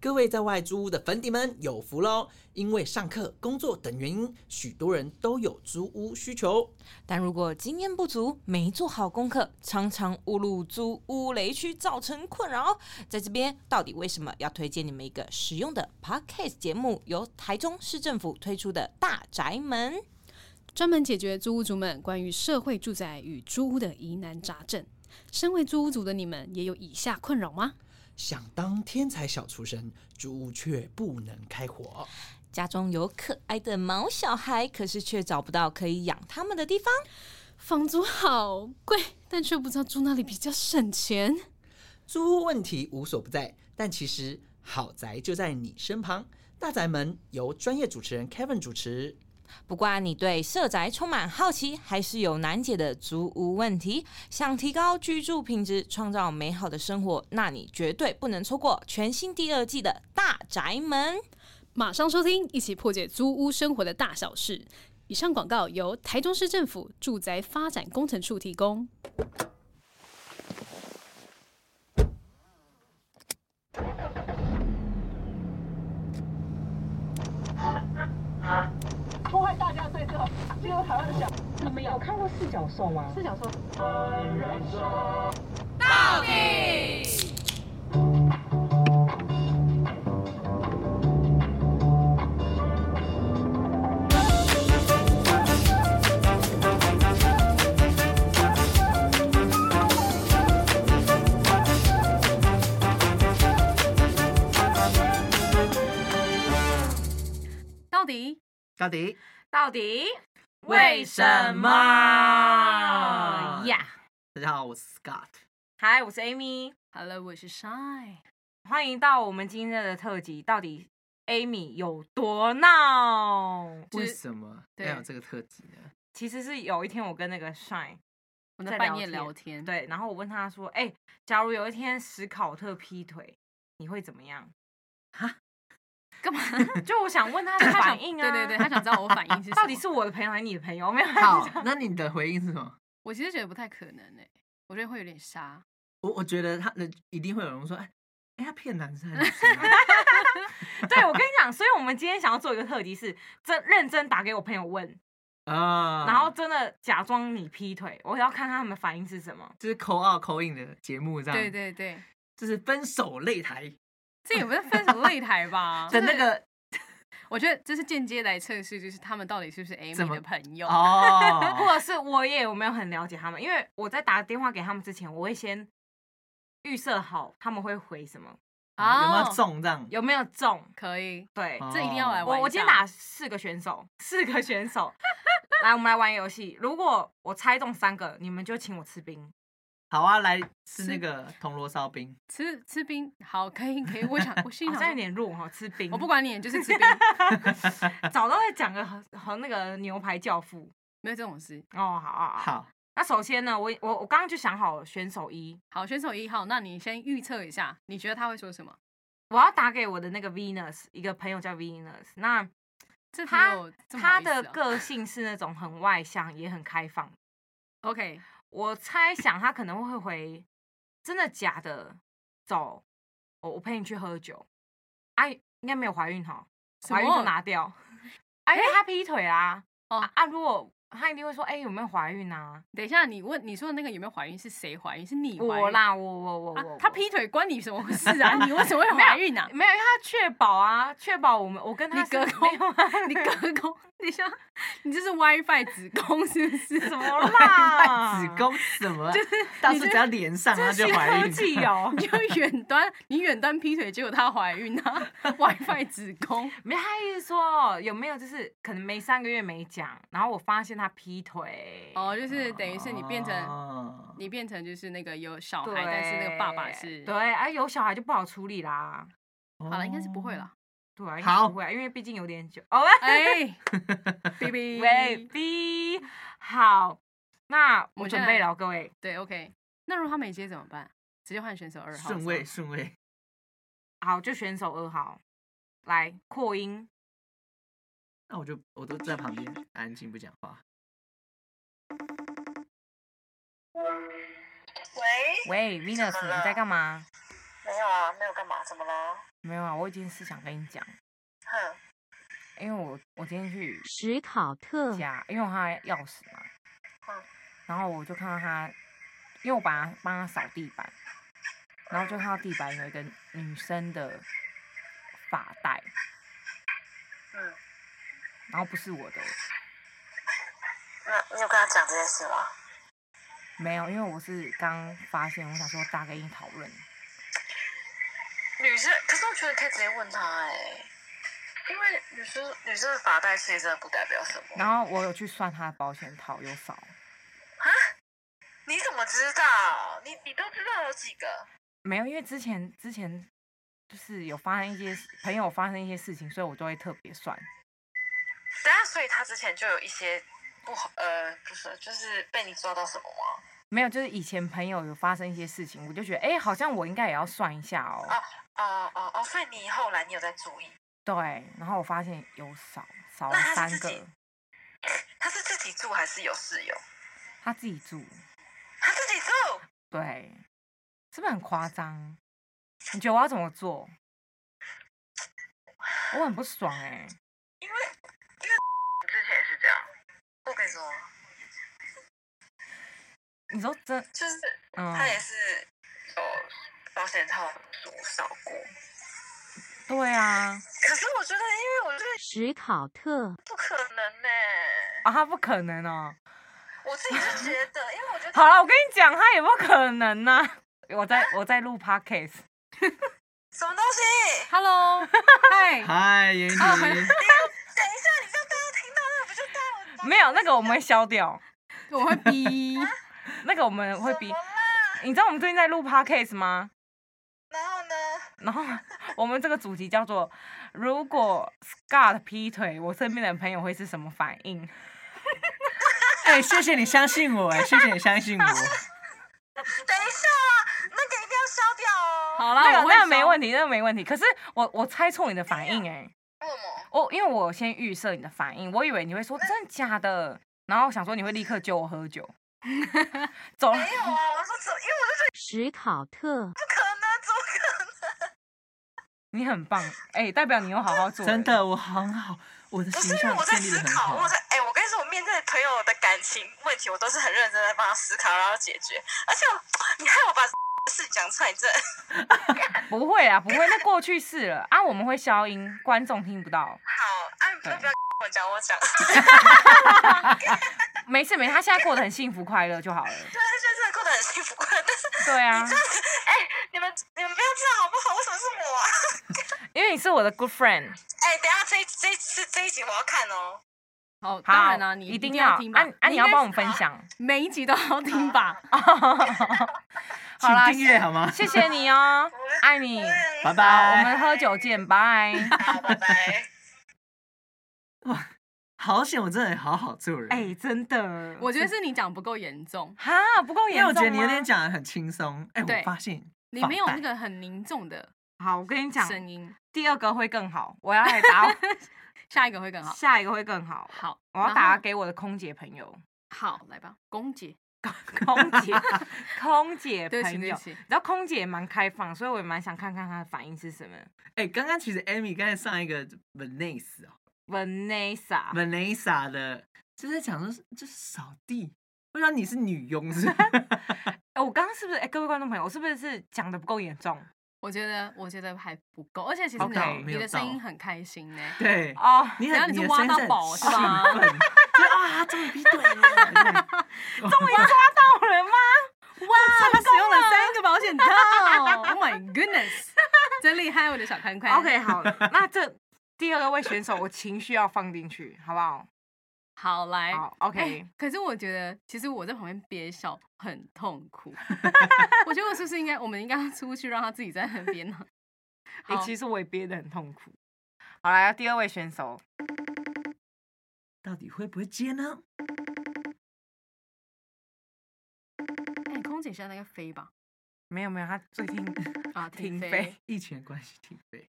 各位在外租屋的粉底们有福喽！因为上课、工作等原因，许多人都有租屋需求。但如果经验不足，没做好功课，常常误入租屋雷区，造成困扰。在这边，到底为什么要推荐你们一个实用的 podcast 节目？由台中市政府推出的《大宅门》。专门解决租屋族们关于社会住宅与租屋的疑难杂症。身为租屋族的你们，也有以下困扰吗？想当天才小厨神，租屋却不能开火。家中有可爱的毛小孩，可是却找不到可以养它们的地方。房租好贵，但却不知道住哪里比较省钱。租屋问题无所不在，但其实好宅就在你身旁。大宅门由专业主持人 Kevin 主持。不管你对社宅充满好奇，还是有难解的租屋问题，想提高居住品质，创造美好的生活，那你绝对不能错过全新第二季的《大宅门》。马上收听，一起破解租屋生活的大小事。以上广告由台中市政府住宅发展工程处提供。破坏大家对这个进入台湾的想。你们有看过四角兽吗？是想说，到底到底到底为什么呀大家好，我是 Scott。嗨，我是 Amy， ？Hello，我是 Shy。欢迎到我们今天的特辑。到底 Amy 有多闹？就为是什么对要有这个特辑呢？其实是有一天我跟那个 Shine 我在们聊半夜天聊天，，对，然后我问他说：“哎、假如有一天史考特劈腿，你会怎么样干 嘛？？”就我想问他的他想反应啊，对对对，他想知道我反应是什么 到底是我的朋友还是你的朋友？没有，好，那你的回应是什么？我其实觉得不太可能诶、我觉得会有点傻。我我觉得他的一定会有人说，哎，哎他骗男生还是女生啊？ 对我跟你讲，所以我们今天想要做一个特辑是，真认真打给我朋友问，嗯啊，然后真的假装你劈腿，我要看看他们反应是什么。就是口二口引的节目这样，对，对对，就是分手擂台这也不是分手擂 台吧？的那个我觉得这是间接来测试，就是他们到底是不是 Amy 怎么的朋友。或哦，者是我也有没有很了解他们，因为我在打电话给他们之前，我会先预设好他们会回什么，啊有没有中这样？有没有中。可以，对，哦这一定要来玩我一我今天下打四个选手， 四个选 手，来，我们来玩游戏。如果我猜中三个，你们就请我吃冰。好啊，来吃那个铜锣烧冰，吃吃冰，好，可以可以。我想，我心好里像有想说，点弱哈，吃冰。我不管你，就是吃冰， 早都会讲个和和那个牛排教父没有这种事。哦，好好好。好，那首先呢，我我我刚刚就想好了选手一，好，选手一号，那你先预测一下，你觉得他会说什么？我要打给我的那个 Venus，一个朋友叫 Venus。那这朋他友这么他好意思的哦个性是那种很外向，也很开放。 OK，我猜想他可能会回，真的假的？走，我我陪你去喝酒。哎、应该没有怀孕哈，什怀孕就么拿 掉。哎、因为他劈腿啦、啊。哦啊啊！如果他一定会说，哎、有没有怀孕啊？等一下，你问你说的那个有没有怀孕？是谁怀孕？是你怀孕我啦，我我我我、啊我他劈腿关你什么事啊？你为什么会怀孕啊？ 没有，因为他确保啊，确保我们我跟他你是隔没有啊 你 隔空，你像你这是 WiFi 子宫是不是？什么 啦？卖子宫什么啊？到时候只要连上他这是就新怀科孕，技哦。你就远端，你远端劈腿，结果她怀孕 啊，WiFi 子宫， 没有，他意思说有没有就是可能没三个月没讲，然后我发现他劈腿。哦，就是等于是你变成哦你变成就是那个有小对，孩，但是那个爸爸是，啊对，哎，有小孩就不好处理啦。好了，应该是不会。 啦。对啊，应该好不会啊，因为毕竟有点久。哦， 哎，B B，喂，B，好，那我我们先准来备了，各位。对，OK，那如果他没接怎么办？直接换选手二号，顺位顺位，好，就选手二号，来扩音。那我就我都在旁边安静不讲 话。喂喂，，Venus，你在干嘛？没有啊，没有干嘛，怎么了？没有啊，我有件事想跟你讲，嗯哼，因为我我今天去史考特，家，因为我他钥匙嘛，嗯然后我就看到他，因为我把他帮他扫地板，然后就看到地板有一个女生的发带，嗯，然后不是我的，那你有跟他讲这件事吗？没有，因为我是刚发现，我想说大概跟你讨论，女生，可是我觉得可以直接问他哎、因为女生女生的发带其实真的不代表什么。然后我有去算他的保险套有少，你怎么知道？你你都知道有几个？没有，因为之前之前就是有发生一些事朋友发生一些事情，所以我都会特别算。等下，所以他之前就有一些不好，呃，不是，就是被你抓到什么吗？没有，就是以前朋友有发生一些事情，我就觉得，哎、好像我应该也要算一下哦。啊哦哦哦，所以你后来你有在注意？对，然后我发现有少少了那他三是自己个，他是自己住还是有室友？他自己住，他自己住，对，是不是很夸张？你觉得我要怎么做？我很不爽哎、因为因为之前也是这样。我跟你说，你说真，就是嗯，他也是有保险套数少过。对啊，可是我觉得，因为我觉得史考特，不可能呢、啊，他不可能哦、我自己就觉得，因为我觉得好了，我跟你讲，他也不可能呐、 我在我在录 podcast。什么东西。 Hello，嗨，嗨，妍妮，等一下，你这样大家听到那不就带我没有那个我们会消掉，我会逼， 那个我们会比怎么。啦？你知道我们最近在录 podcast 吗？然后呢？然后我们这个主题叫做“如果 Scott 劈腿，我身边的朋友会是什么反应哎，谢谢你相信我， 哎，谢谢你相信我。等一下啊，那个一定要消掉哦。好”那啦，个啊我那个没题。问题，那个没问题。可是我我猜错你的反应哎、为什么？我因为我先预设你的反应，我以为你会说真的假的，然后想说你会立刻揪我喝酒，走了没有啊，我说怎么，因为我就觉得史考特，不可能，怎么可能？你很棒哎、代表你有好好做人真的，我很好，我的不是形因为象我在建立的思很考，好我。在哎、我跟你说，我面对朋友的感情问题，我都是很认真的帮他思考，然后解决。而且我你害我把 事讲出来，你这不会啊，不会，那过去式了啊，我们会消音，观众听不到。好，啊，你不要对不要我讲，我讲， 对，没事没事，他现在过得很幸福快乐就好了。他现在真的过得很幸福快乐。但是对啊，哎、你们你们不要这样好不好？为什么是我啊？ 因为你是我的 good friend，哎、等一下这一这一次这一集我要看哦。好，好，当然啦，你一定要要听吧。啊啊，你要帮我们应分该是享。每一集都 要听吧。好啦请订阅好吗？谢谢你哦，啊爱 你，拜好，我拜。们喝酒见，拜。好，拜拜。好险，我真的好好做人。 哎，真的，我觉得是你讲不够严重，哈不够因为严我重觉得你吗那天讲的很轻松。哎，对我发现你没有放那贷个很凝重的好，我跟你讲，声音。第二个会更好，我要来 打，下一个会 更好。下一个会更好，好，我要然打后给我的空姐朋友，好，来吧，公姐， 空姐， 空姐对不起朋对友不。起你知道空姐也蛮开放，所以我也蛮想看看她的反应是什么。哎，刚刚其实 Amy 刚才上一个 Vanessa 哦 Vanessa， ，Vanessa 的，就是在讲说就是扫地。我想你是女佣是不是？ 哎、我刚刚是不是？哎、各位观众朋友，我是不是讲的不够严重？我觉得我觉得还不够，而且其实 OK，你没的有你的声音到很开心 呢。对，哦，你然后很你你是的挖声音到很宝是兴吧奋就是啊，终于劈腿了，终于抓到人 吗？哇，他使用了三个保险套，Oh my goodness，真厉害，我的小宽宽。 OK，好， 那这第二位选手，我情绪要放进去，好不好？好来好，OK 哎可是我觉得，其实我在旁边憋笑很痛 苦。我觉得我是不是应该，我们应该要出去让他自己在那边呢？ 哎、好其实我也憋得很痛苦。好来，第二位选手，到底会不会接呢？哎，空姐现在在飞吧？没有没有，他最 近啊，停停飞飞。疫情的关系挺悲。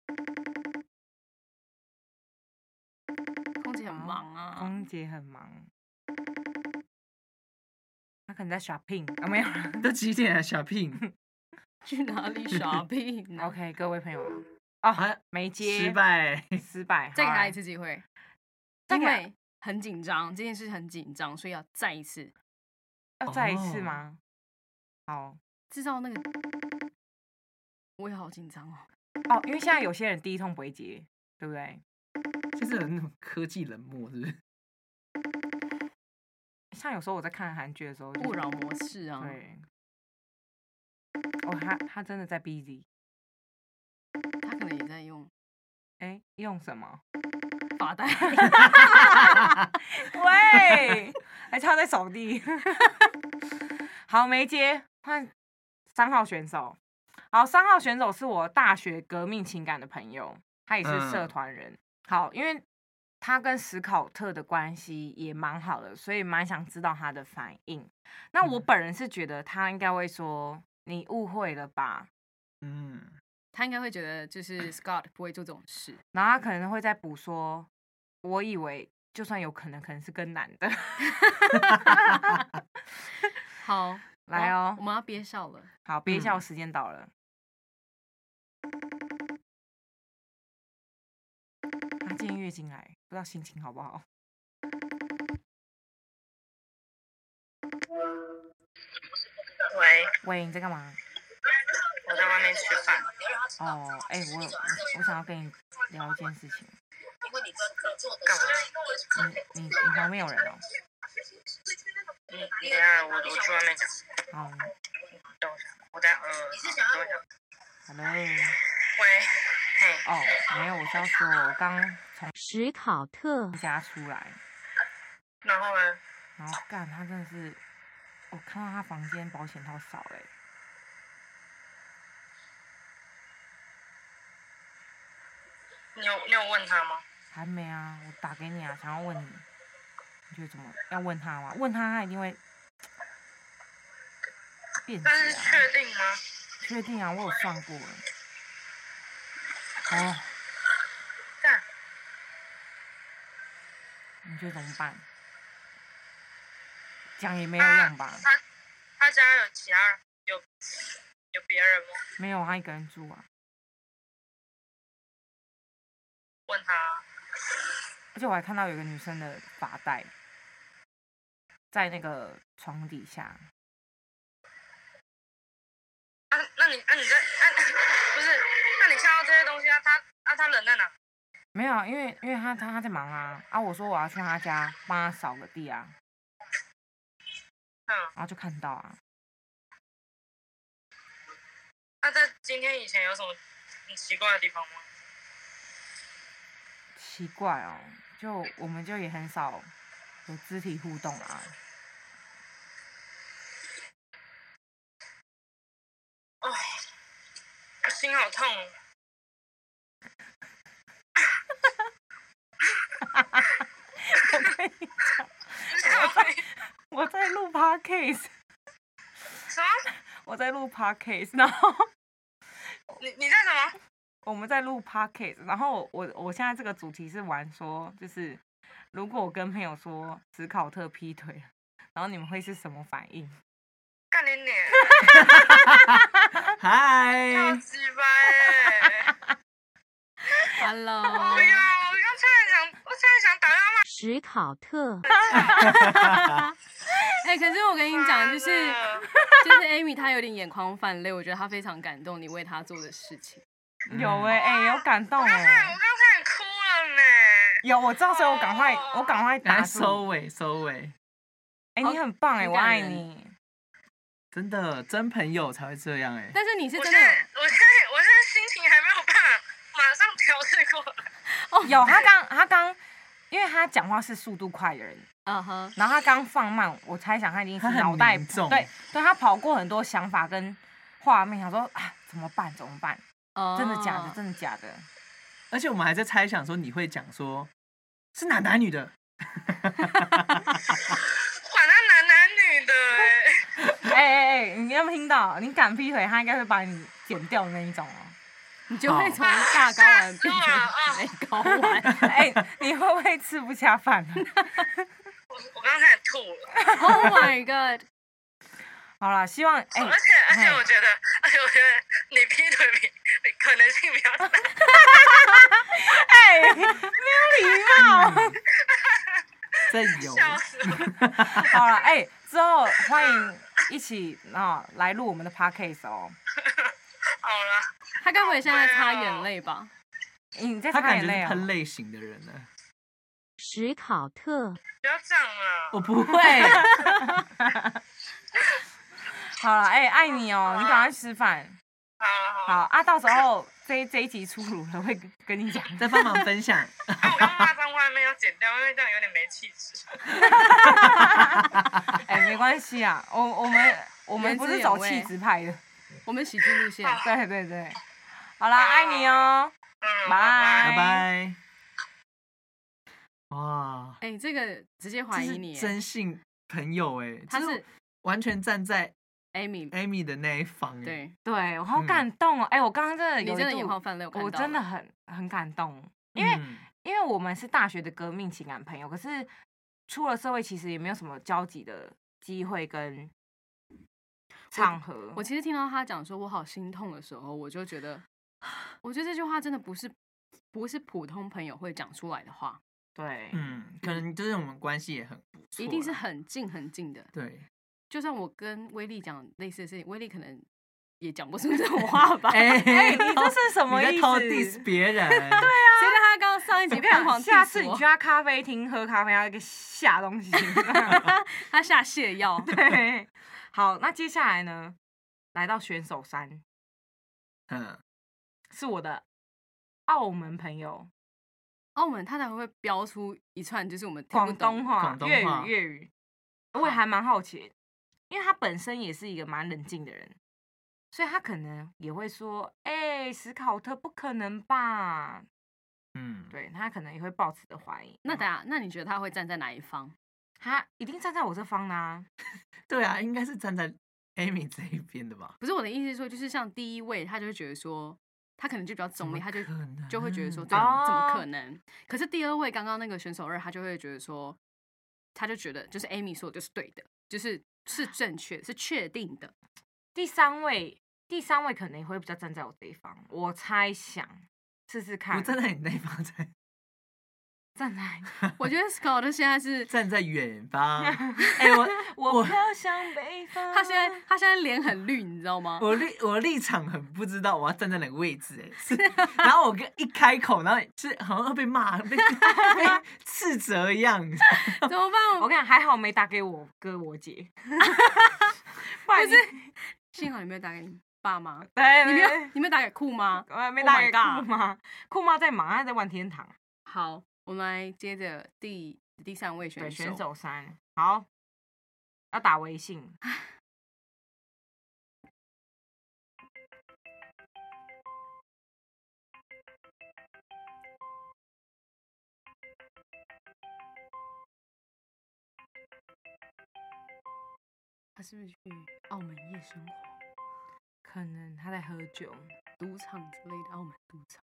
空姐很忙啊。空姐很忙，他可能在 shopping 啊，没有啦。 啊都几点了，小聘？ 去哪里 shopping 呢 OK，各位朋友，哦啊，没接，失，败。 失败，再给好他啊一次机会，再因给他为很紧张，这件事很紧张，所以要再一次，要再一次哦吗？好，制造那个。我也好紧张哦，哦，因为现在有些人第一通不会接，对不对？就是有那种科技冷漠，是不是？像有时候我在看韩剧的时候，就是勿扰模式啊，对，哦，他他真的在 busy，他可能也在用哎，用什么？发 带。喂， 还差在扫地。 好，没接，换三号选手。好，三号选手是我大学革命情感的朋友，他也是社嗯团人。好，因为他跟史考特的关系也蛮好的，所以蛮想知道他的反应。那我本人是觉得他应该会说：“你误会了吧？”嗯，他应该会觉得就是 Scott 不会做这种事，然后他可能会再补说：“我以为就算有可能，可能是跟男的。 好，我”来要哦我，们要憋笑 了。好，憋笑嗯时间到了。他今天月经来，不知道心情好不好。喂，喂，你在干嘛？我在外面吃饭。哦，哎、我我我想要跟你聊一件事情。干嘛？你你你旁边有人哦？你你等一下，我我去外面讲。好，等我一下，我等一下，嗯，好等我一下。好嘞。喂，嘿，哦，没有，我是要说，我刚从史考特，家出来，然后呢？然后干，他真的是，我看到他房间保险套少哎、你有你有问他吗？还没啊，我打给你啊，想要问你，你觉得怎么要问他吗？问他，他一定会辩解但是啊。确定吗？确定啊，我有算过了。哦，但你觉得怎么办？讲也没有他用吧？他他家有其他人有有别人吗？没有，他一个人住啊，问他，啊而且我还看到有一个女生的发带在那个床底下。啊，那你啊你在啊不是？那你看到这些东西啊？他啊他人在哪？没有啊，因为因为他他他在忙啊啊！我说我要去他家帮他扫个地啊，嗯，然后就看到啊，那在今天以前有什么很奇怪的地方吗？奇怪哦，就我们就也很少有肢体互动啊。哦，我心好痛哦。我跟你讲， 我在录 podcast，什么？ 我在录 podcast，然后 你你在什么？我们在录 podcast，然后我我现在这个主题是玩说，就是如果我跟朋友说史考特劈腿了，然后你们会是什么反应？干你脸！嗨，超啊鸡巴哎！Oh Hello，不要！哎我刚差点想，我差点想打电话史考特，哎、可是我跟你讲，就是哦骂了就是 Amy 她有点眼眶泛泪，我觉得她非常感动你为她做的事情。有哎、哎、有感动嗯我刚哎、差点，我刚差点哭了呢。有我知道，所以我赶快哦我赶快来打收住。尾，收尾，哎、你很棒哎、好我感爱人你。真的真朋友才会这样哎、但是你是我真现的在，我现在，我现在心情还没有办法马上调试过来。哦，有他刚他刚，因为他讲话是速度快的人，嗯哼，然后他刚放慢，我猜想他一定他是很脑袋凝重对对，他跑过很多想法跟画面，想说啊怎么办怎么办？真的假的？哦真的假的？而且我们还在猜想说你会讲说是哪男女的，管他男男女的哎哎、哎哎，你有没有听到？你敢劈腿，他应该会把你剪掉的那一种哦。 你就会好从大睾丸变啊成美睾丸。哎、你会不会吃不下饭啊？ 我我刚才吐了， Oh my god！好啦，希望哎、而且而且嘿我觉得，而且我觉得你劈腿比可能性比较大。哎， 没有礼哦貌。嗯 这有笑死我！好了，哎、之后欢迎一起啊、来录我们的 podcast 哦。好了，他该不会现在擦眼泪吧？你在他擦眼感觉泪是哦、喷泪型的 人呢。史考特，不要这样了。我不会，好了，哎、爱你哦、你赶快去吃饭。好了好 好了，啊，到时候这这一集出炉了，会跟跟你讲。再帮忙分享。那我刚刚骂脏话没有剪掉，因为这样有点没气质。哎、没关系啊，我我们我们不是走原汁气原味质派 的。我们喜剧路线，对对对，好啦，爱你哦、嗯，拜拜拜。哇，哎，这个直接怀疑这是你，真性朋友哎，他就是完全站在 Amy， Amy 的那一方哎。对对我好嗯感动哦、哎、我刚刚真的你有一真的度眼眶泛泪，我看我到了真的很很感动，因为、嗯因为我们是大学的革命情感朋友，可是出了社会其实也没有什么交集的机会跟场合。我其实听到他讲说我好心痛的时候，我就觉得，我觉得这句话真的不是不是普通朋友会讲出来的话，对，嗯，可能就是我们关系也很不错一啦，定是很近很近的。对。就算我跟威力讲类似的事情，威力可能也 讲不出这种话吧。 哎哎、你这是什么你意思？在偷 diss 别人？对啊，谁让他刚刚上一集我跟你疯讲，狂 下 diss 次你我去他咖啡厅喝咖啡，他给下东西。 他下泻药，对，好，那接下来呢，来到选手山嗯，是我的澳门朋友，澳门哦他才会标出一串就是我们听不广东懂。话广、东粤话语、粤语，我也还蛮好奇，因为他本身也是一个蛮冷静的人，所以他可能也会说：“哎、史考特不可能吧？”嗯，对他可能也会抱持的怀疑。那等然后下，那你觉得他会站在哪一方？他一定站在我这方啦、对啊，应该是站在 Amy 这一边的吧？不是我的意思是说，就是像第一位，他就会觉得说，他可能就比较中立，怎么他就可能就会觉得说，嗯哦怎么怎么可能？可是第二位刚刚那个选手二，他就会觉得说，他就觉得就是 Amy 说的就是对的，就是是正确，是确定的。第三位，第三位可能也会比较站在我这一方，我猜想试试啊看。不站在你那一方，在站在我觉得 Scott 现在 是，站在 远方。哎，我我飘向北方。他现在他现在脸很绿，你知道 吗？我立我立场很不知道我要站在哪个位置哎、是 然后我跟一开口，然后是好像要被骂、被被斥责一样。 怎么办？我跟你讲，还好没打给我哥我姐， 不然不你是幸好你没有打给你 爸妈，对，你没有对你没有打给酷妈。我呃没 Oh 打 my 给酷妈，酷妈在忙，她在玩天堂。啊好，我们来接着第第三位选对，手，选手三，好，要打微信。他是不是去澳门夜生活、可能他在喝酒，赌场之类的？澳门赌场。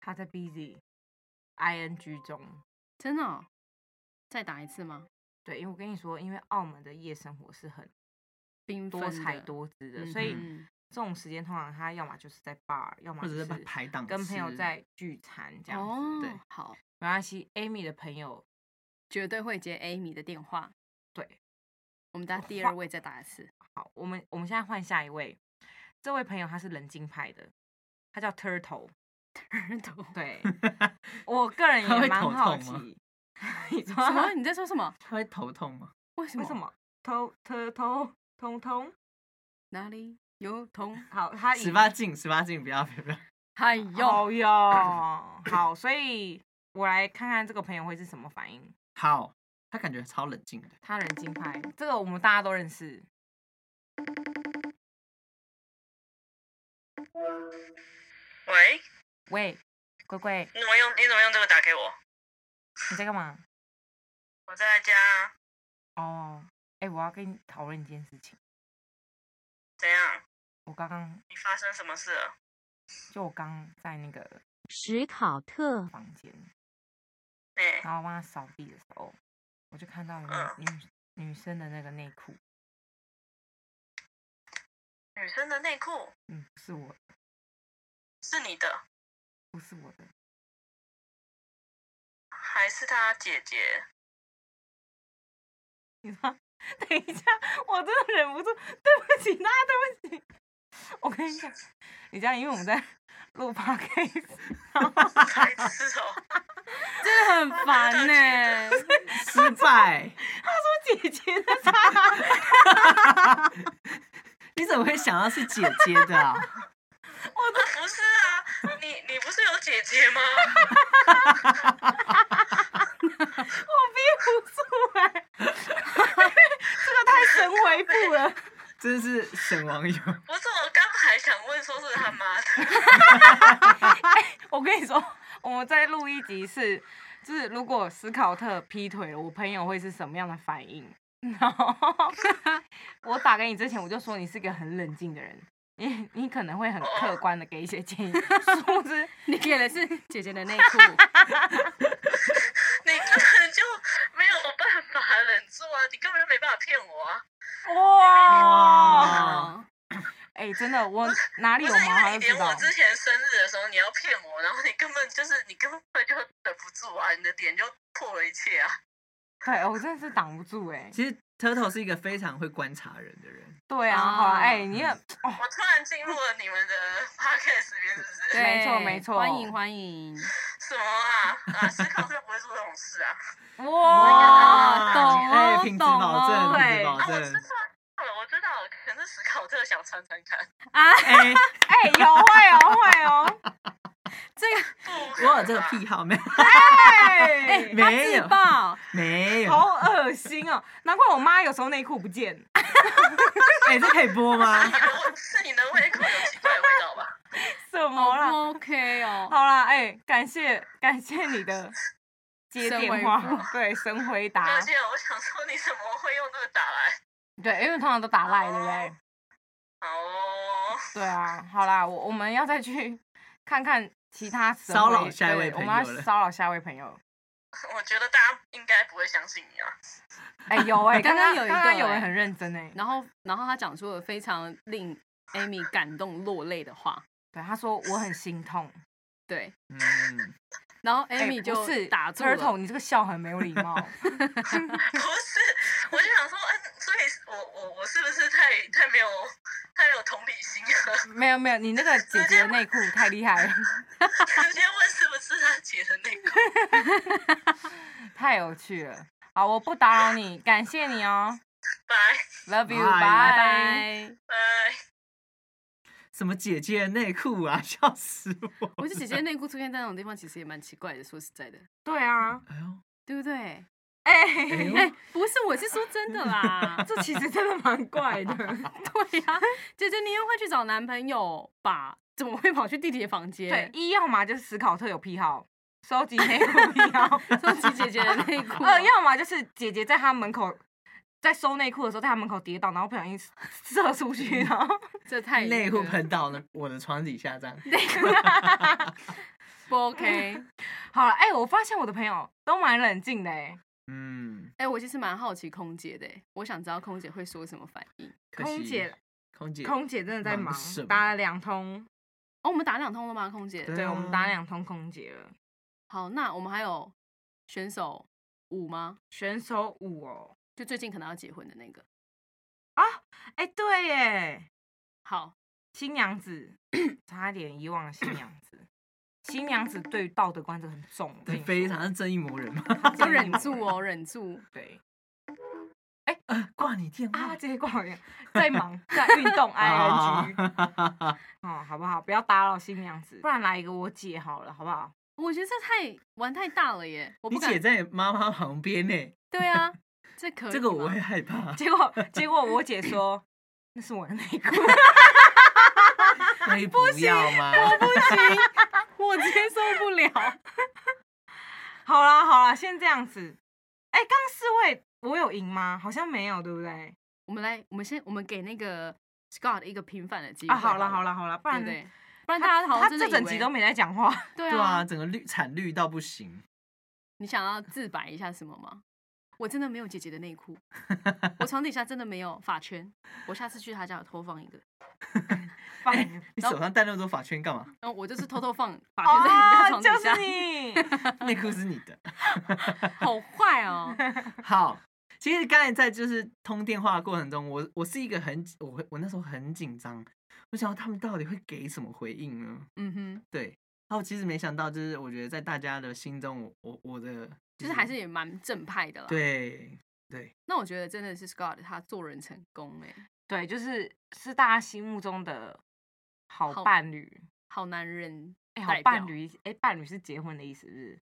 他在 busy i n g 中。真的、哦？再打一次吗？对，因为我跟你说，因为澳门的夜生活是很缤纷多彩的，多姿的，嗯所以哼这种时间通常他要么就是在 bar，要么或就者是是在排档跟朋友吃 在聚餐这样子。哦，对好，没关系，Amy 的朋友绝对会接 Amy 的电话。对，我们打第话二位再打一次。好，我们我们现在换下一位，这位朋友他是冷静派的，他叫 Turtle。头对我个人也 他会蛮头好痛吗奇， 你说什么？你在说什么？他会头痛吗？为什么？为什？么头头头通通？哪里有 痛？好，他以十八禁，十八禁，不要不要不要。哎呦，有有好，所以我来看看这个朋友会是什么反应。好，他感觉超冷静的。他人金牌，这个我们大家都认识。喂，喂，乖乖，你怎么用你怎么用这个打给我？你在干嘛？我在家，啊哦，哎、我要跟你讨论一件事情。怎样？我刚刚你发生什么事了？就我刚在那个史考特，房间，嗯然后我帮他扫地的时候，我就看到有女女女生的那个内裤，女生的内裤嗯，不是我的，是你的不是我的，还是她姐姐？你知道？ 等一下，我真的忍不住，对不起，大家对不起。我跟你讲，你知道，因为我们在 录 podcast，才知 道。真的很烦呢、失败。 姐姐的她，你怎么会想到是姐姐 的啊？不是啊，你你不是有姐姐吗？我憋不 住哎、这个太神回复了。 真是沈网友，不是，我刚还想问说是他妈的。我跟你说，我们在录一集是，就是如果史考特劈腿了，我朋友会是什么样的反应？然 后我打给你之前，我就说你是个很冷静的人，你你可能会很客观的给一些建议，殊不 知你给 的是姐姐的内裤，你根本就没有办法忍住啊！你根本就没办法骗我啊！哇，哦，哎、真的，我哪里不有是因毛为他你都知连道我。之前生日的时候你要骗我，然后你根本就是你根本就忍不住啊！你的脸就破了一切啊！对，我真的是挡不住哎、其实 Turtle 是一个非常会观察人的人。对啊，啊好啊哎、你也我突然进入了你们的 podcast 里面，是不是？对，没错没错欢迎欢迎，什么啊？啊，思考这不会做这种事啊！ 哦哇懂哦哎，品质保证，懂哦品质保啊，我证知。道了，我知道了，可是思考这个想穿穿看。啊哎，哎、有会哦会哦， 我有这个癖好没有？哎、他没自 有，爆，没有。好恶心哦，难怪我妈有时候内裤不 见。哎，这可以播吗？你的味啊是你的胃口有奇怪的味道 吧？什么啦？好不 OK 哦，好啦，哎、感谢感谢你的接神电回话复，对神 回啊答而，且我想说，你怎么会用这个打来？对，因为通常都打赖，对不对？哦，对啊，好啦，我我们要再去看看其他神骚回扰下一对位朋我们友要了骚扰下一位朋友。我觉得大家应该不会相信你啊。 哎、 有哎、刚刚刚有一刚个有哎人很认真哎、然后然后他讲出了非常令 Amy 感动落泪的话，对，他说我很心痛。对，嗯，然后哎 Amy 不就是打 t 住 u r 了 t l 你这个笑很没有礼貌。 不是，我就想说，嗯、所以我我我是不是太太没有太没有同理心了？ 没有没有，你那个姐姐的内裤太厉害了，直接问是不是他姐的内裤？太有趣了。好，我不打扰你，感谢你哦拜，Love you，拜拜拜。拜。拜。什么姐姐的内裤啊，笑死我！我觉得姐姐内裤出现在那种地方，其实也蛮奇怪的。说实在的，对啊，哎呦，对不对？哎哎，。呦哎、不是，我是说真的 啦这其实真的蛮怪的。对呀、姐姐宁愿会去找男朋友吧，怎么会跑去弟弟的房对间，？一要么就是史考特有癖好，收集内裤癖 好；收集姐姐的内裤。哦二要么就是姐姐在他门口。在收内裤的时候，在他门口跌倒，然后不小心射出去，嗯然后这太内裤很喷到了我的床底下，这样。不 OK。 好了，哎、我发现我的朋友都蛮冷静的、哎，嗯，哎、我其实蛮好奇空姐的，欸我想知道空姐会说什么反应。可惜空姐，空姐，空姐真的在忙忙什，么打了两通，哦，我们打两通了吗？空姐。对对啊我们打两通空姐了。好，那我们还有选手五吗？选手五哦，就最近可能要结婚的那个。哎、对耶，好，新娘子 差点遗忘了新娘子。新娘子对于道德观真的很重，我跟对你说非常是正义魔人嘛。 就忍住哦，忍住。对呃挂你电啊，话这些光人在忙， 在运动啊 ing 啊哦，好不好？不要打扰新娘子，不然来一个我姐好了，好不好？我觉得这太玩太大了耶，我你不敢姐。在妈妈旁边呢，对啊，这可以这个我吗会害怕。结果结果我姐说那是我的内裤， 可以不要吗？ 我接受 不了。好啦好啦，先这样子。哎、刚刚四位我有赢吗？好像没有，对不对？我们来，我们先，我们给那个 Scott 一个平反的机会。啊，好了好了，了好了，不对然不对？不然大家好他像真这的整以集为都没在讲话。 对对啊啊，，整个绿惨绿到不行。你想要自白一下什么吗？我真的没有姐姐的内裤， 我床底下真的没有发圈，我下次去她家我偷放一个，放 哎你手上戴那么多发圈干嘛？然后我就是偷偷 放发圈在哦，人家床底就下，是你，内裤是你的。好坏哦。好，其实刚才在就是通电话的过程中，我我是一个很我会我那时候很紧张，我想他们到底会给什么回应呢？嗯哼，对，然后其实没想到，就是我觉得在大家的心中，我我我的就是还是啊也蛮正派的啦。，对对，那我觉得真的是 Scott 他做人成功哎、 对，就是是大家心目中的好好伴侣，好男人哎，代好表，伴侣，哎，伴侣是结婚的意思是不是？啊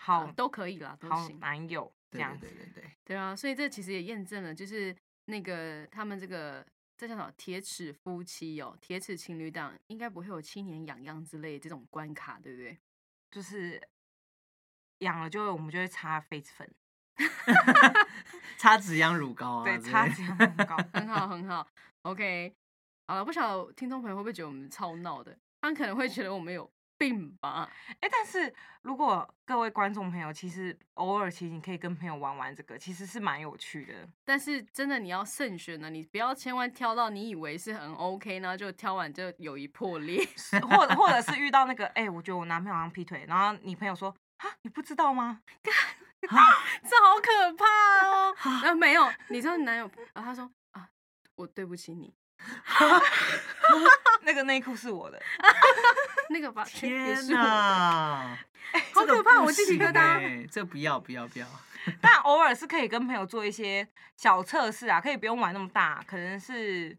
好，都可以啦，都好行。男友这对样对子对，对对，对啊，所以这其实也验证了，就是那个他们这个这叫什么铁齿夫妻哦，铁齿情侣档应该不会有七年痒痒之类这种关卡，对不对？ 就是养了就会我们就会擦痱子粉，擦脂肪乳膏啊，对，之擦类 脂的肪很高。哎很好，很好。OK，好了，不晓得听众朋友会不会觉得我们超闹的，他们可能会觉得我们有病吧？哎，但是如果各位观众朋友，其实偶尔其实你可以跟朋友玩玩这个，其实是蛮有趣的。但是真的你要慎选呢，你不要千万挑到你以为是很 OK 呢，就挑完就友谊破裂。 或者或者是遇到那个，哎、我觉得我男朋友好像劈腿，然后你朋友说，啊，你不知道吗？啊这好可怕哦！然后没有，你知道你男友，然后他说啊，我对不起你，那个内裤是我的， 那个吧，也天是我的。哪，好这个可怕不我鸡皮行疙瘩欸这不要不要不要，但偶尔是可以跟朋友做一些小测试啊，可以不用玩那么大，可能是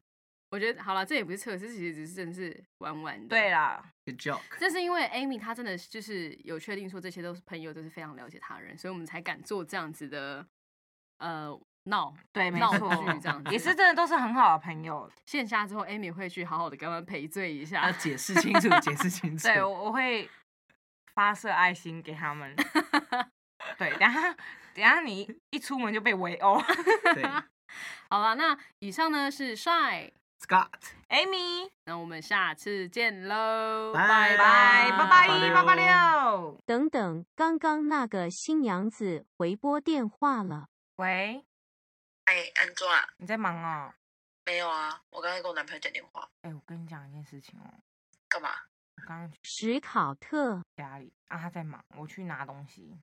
我觉得好了，这也不是测试，其实只是真的是玩玩的。对，啊啦，一个 joke，这是因为 Amy 她真的就是有确定说这些都是朋友，都是非常了解他人，所以我们才敢做这样子的呃闹对，没闹错剧这样，子。也是真的都是很好的朋友。线下之后，Amy 会去好好的跟他们赔罪一要下。解释清楚，解释 清楚，对，我我会发射爱心给他 们。对，然后等一下你一出门就被围殴 对好了，那以上呢是 Shy， ，Scott， ，Amy，那我们下次见喽，拜拜拜拜拜拜拜八八六，等等，刚刚那个新娘子回拨电话了。喂，哎，安装啊，你在忙哦？没有啊，我刚才跟我男朋友讲电话，哎、我跟你讲一件事情哦，干嘛？我刚刚去史考特，家里啊，他在忙，我去拿东西，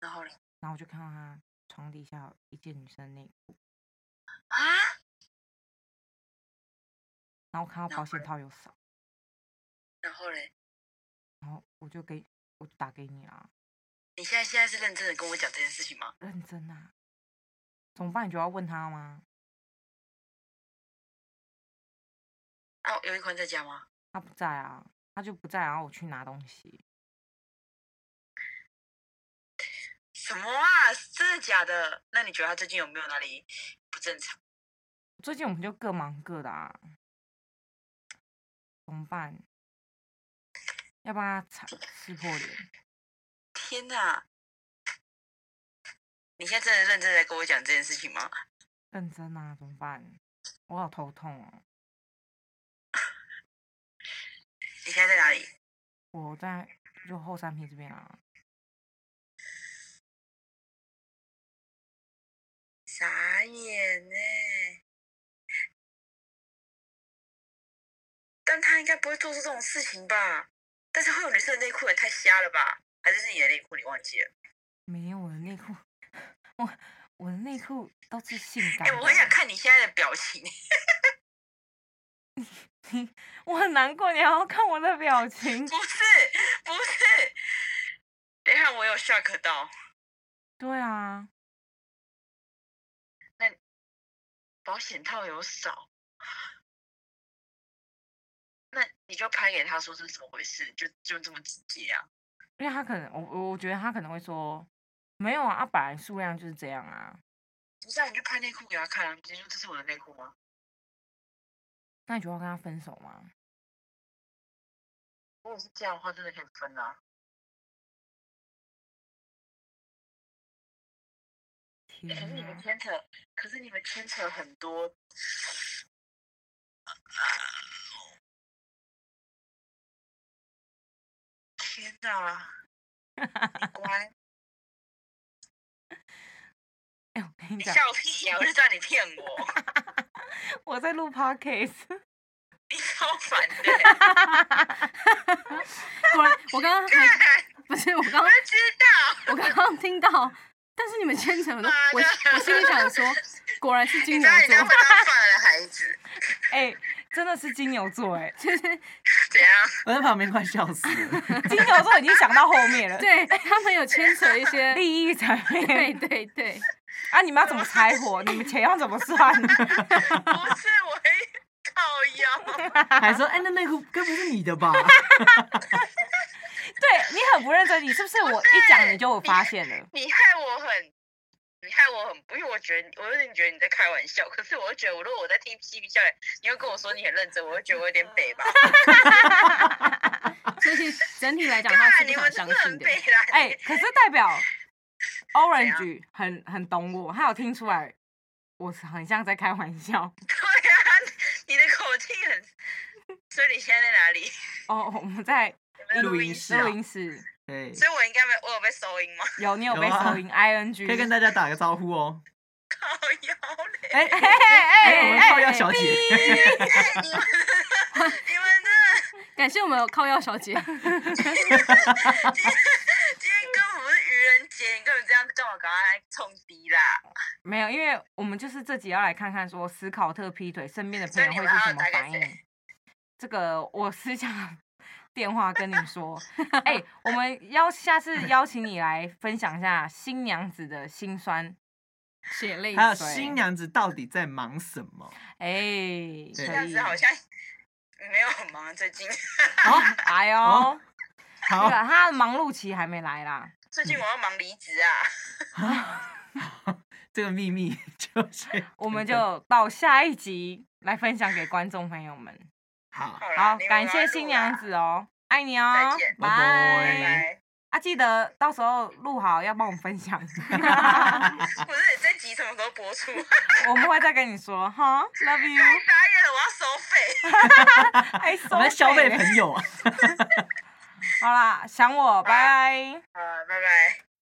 然后嘞，然后我就看到他床底下有一件女生内裤，啊，然后我看到然保后险嘞套有少，然后嘞，然后我就给我就打给你啦，你现在现在是认真的跟我讲这件事情吗？认真啊，怎么办？你就要问他吗？啊，有一款在家吗？他不在啊，他就不在，然后我去拿东西，什么啊？真的假的？那你觉得他最近有没有哪里不正常？最近我们就各忙各的啊，怎么办？要帮他擦撕破脸，天哪！你现在真的认真地在跟我讲这件事情吗？认真啊，怎么办？我好头痛哦，你现在在哪里？我在就后三批这边啊，傻眼呢、但他应该不会做出这种事情吧？但是会有女生的内裤也太瞎了吧？还是是你的内裤你忘记了？没有我的内裤，我我的内裤都是性哎、感的，我很想看你现在的表情。我很难过，你还要看我的表情，不是，不是，等一下我有 shock 到，对啊，保险套有少。那你就拍给他说是怎么回事，就就这么直接啊？因为他可能我我我觉得他可能会说，没有啊，啊本来数量就是这样啊，不是啊，你就拍内裤给他看啊！你直接说这是我的内裤吗？那你觉得我要跟他分手吗？如果是这样的话，真的可以分啊。欸可是你天们啊，牵扯，可是你们牵扯很多。天哪！你乖，哎你你讲，笑屁呀、我就知道你骗我，我在录 podcast， 你超烦的、欸。果然，我刚刚还不是我刚刚我就知道，我刚刚听到，但是你们牵扯很多，我我心里想 说，果然是金你牛知道人座家会，当犯人的孩子，哎、真的是金牛座哎、就是怎样？我在旁边快笑死了。金牛座已经想到后面了，，对他们有牵扯一 些，利益层对面对对，啊，你们要怎么拆伙？你们钱要怎么算？ 不是我一靠腰， 还说，哎、那内裤该不是你的吧？对你很不认真，你是不是我一讲你就有发现了？你害我很，你害我很，因为我觉得我有点觉得你在开玩笑，可是我又觉得我如果我在听嬉皮笑脸，你又跟我说你很认真，我又觉得我有点北吧。所以整体来讲 他是看不你想们真相的信很的。北啦。哎、可是代 表 Orange 很很懂我，他有听出来我是很像在开玩笑。对啊，你的口气很。所以你现在在哪里？哦，我们在有没有录音音室录啊音室对，所以我应该没有，我有被收音吗？有你有有被啊收音 ing，可以跟大家打个招呼哦。靠腰嘞！哎哎哎哎，我们靠药小姐， 哎你们你们这感谢我们有靠药小姐， 今天根本不是愚人节，你根本这样叫我赶快来冲低啦！没有，因为我们就是这集要来看看说史考特劈腿身边的所朋以友你会是们还什要么打给反应谁。这个我私 下电话跟你说，哎、我们邀下次邀请你来分享一下新娘子的辛酸，血泪还有对新娘子到底在忙什么？哎、对这可样以子，好像嗯没有很忙，最近 哎呦，哦好对，啊了，他的忙碌期还没来啦，最近我要忙离职啊，这个秘密就是我们就到下一集来分享给观众朋友们。好。好啦好，感谢新娘，子哦，爱你哦再见，拜你们要录啦拜拜拜。拜。啊，记得到时候录好要帮我们分享， 不是这集什么时候播出？ 我们会再跟你说哈，Love you，答应了，我要收还费。我收们在消费嘞朋友啊。好啦，想我，拜拜。好，拜拜。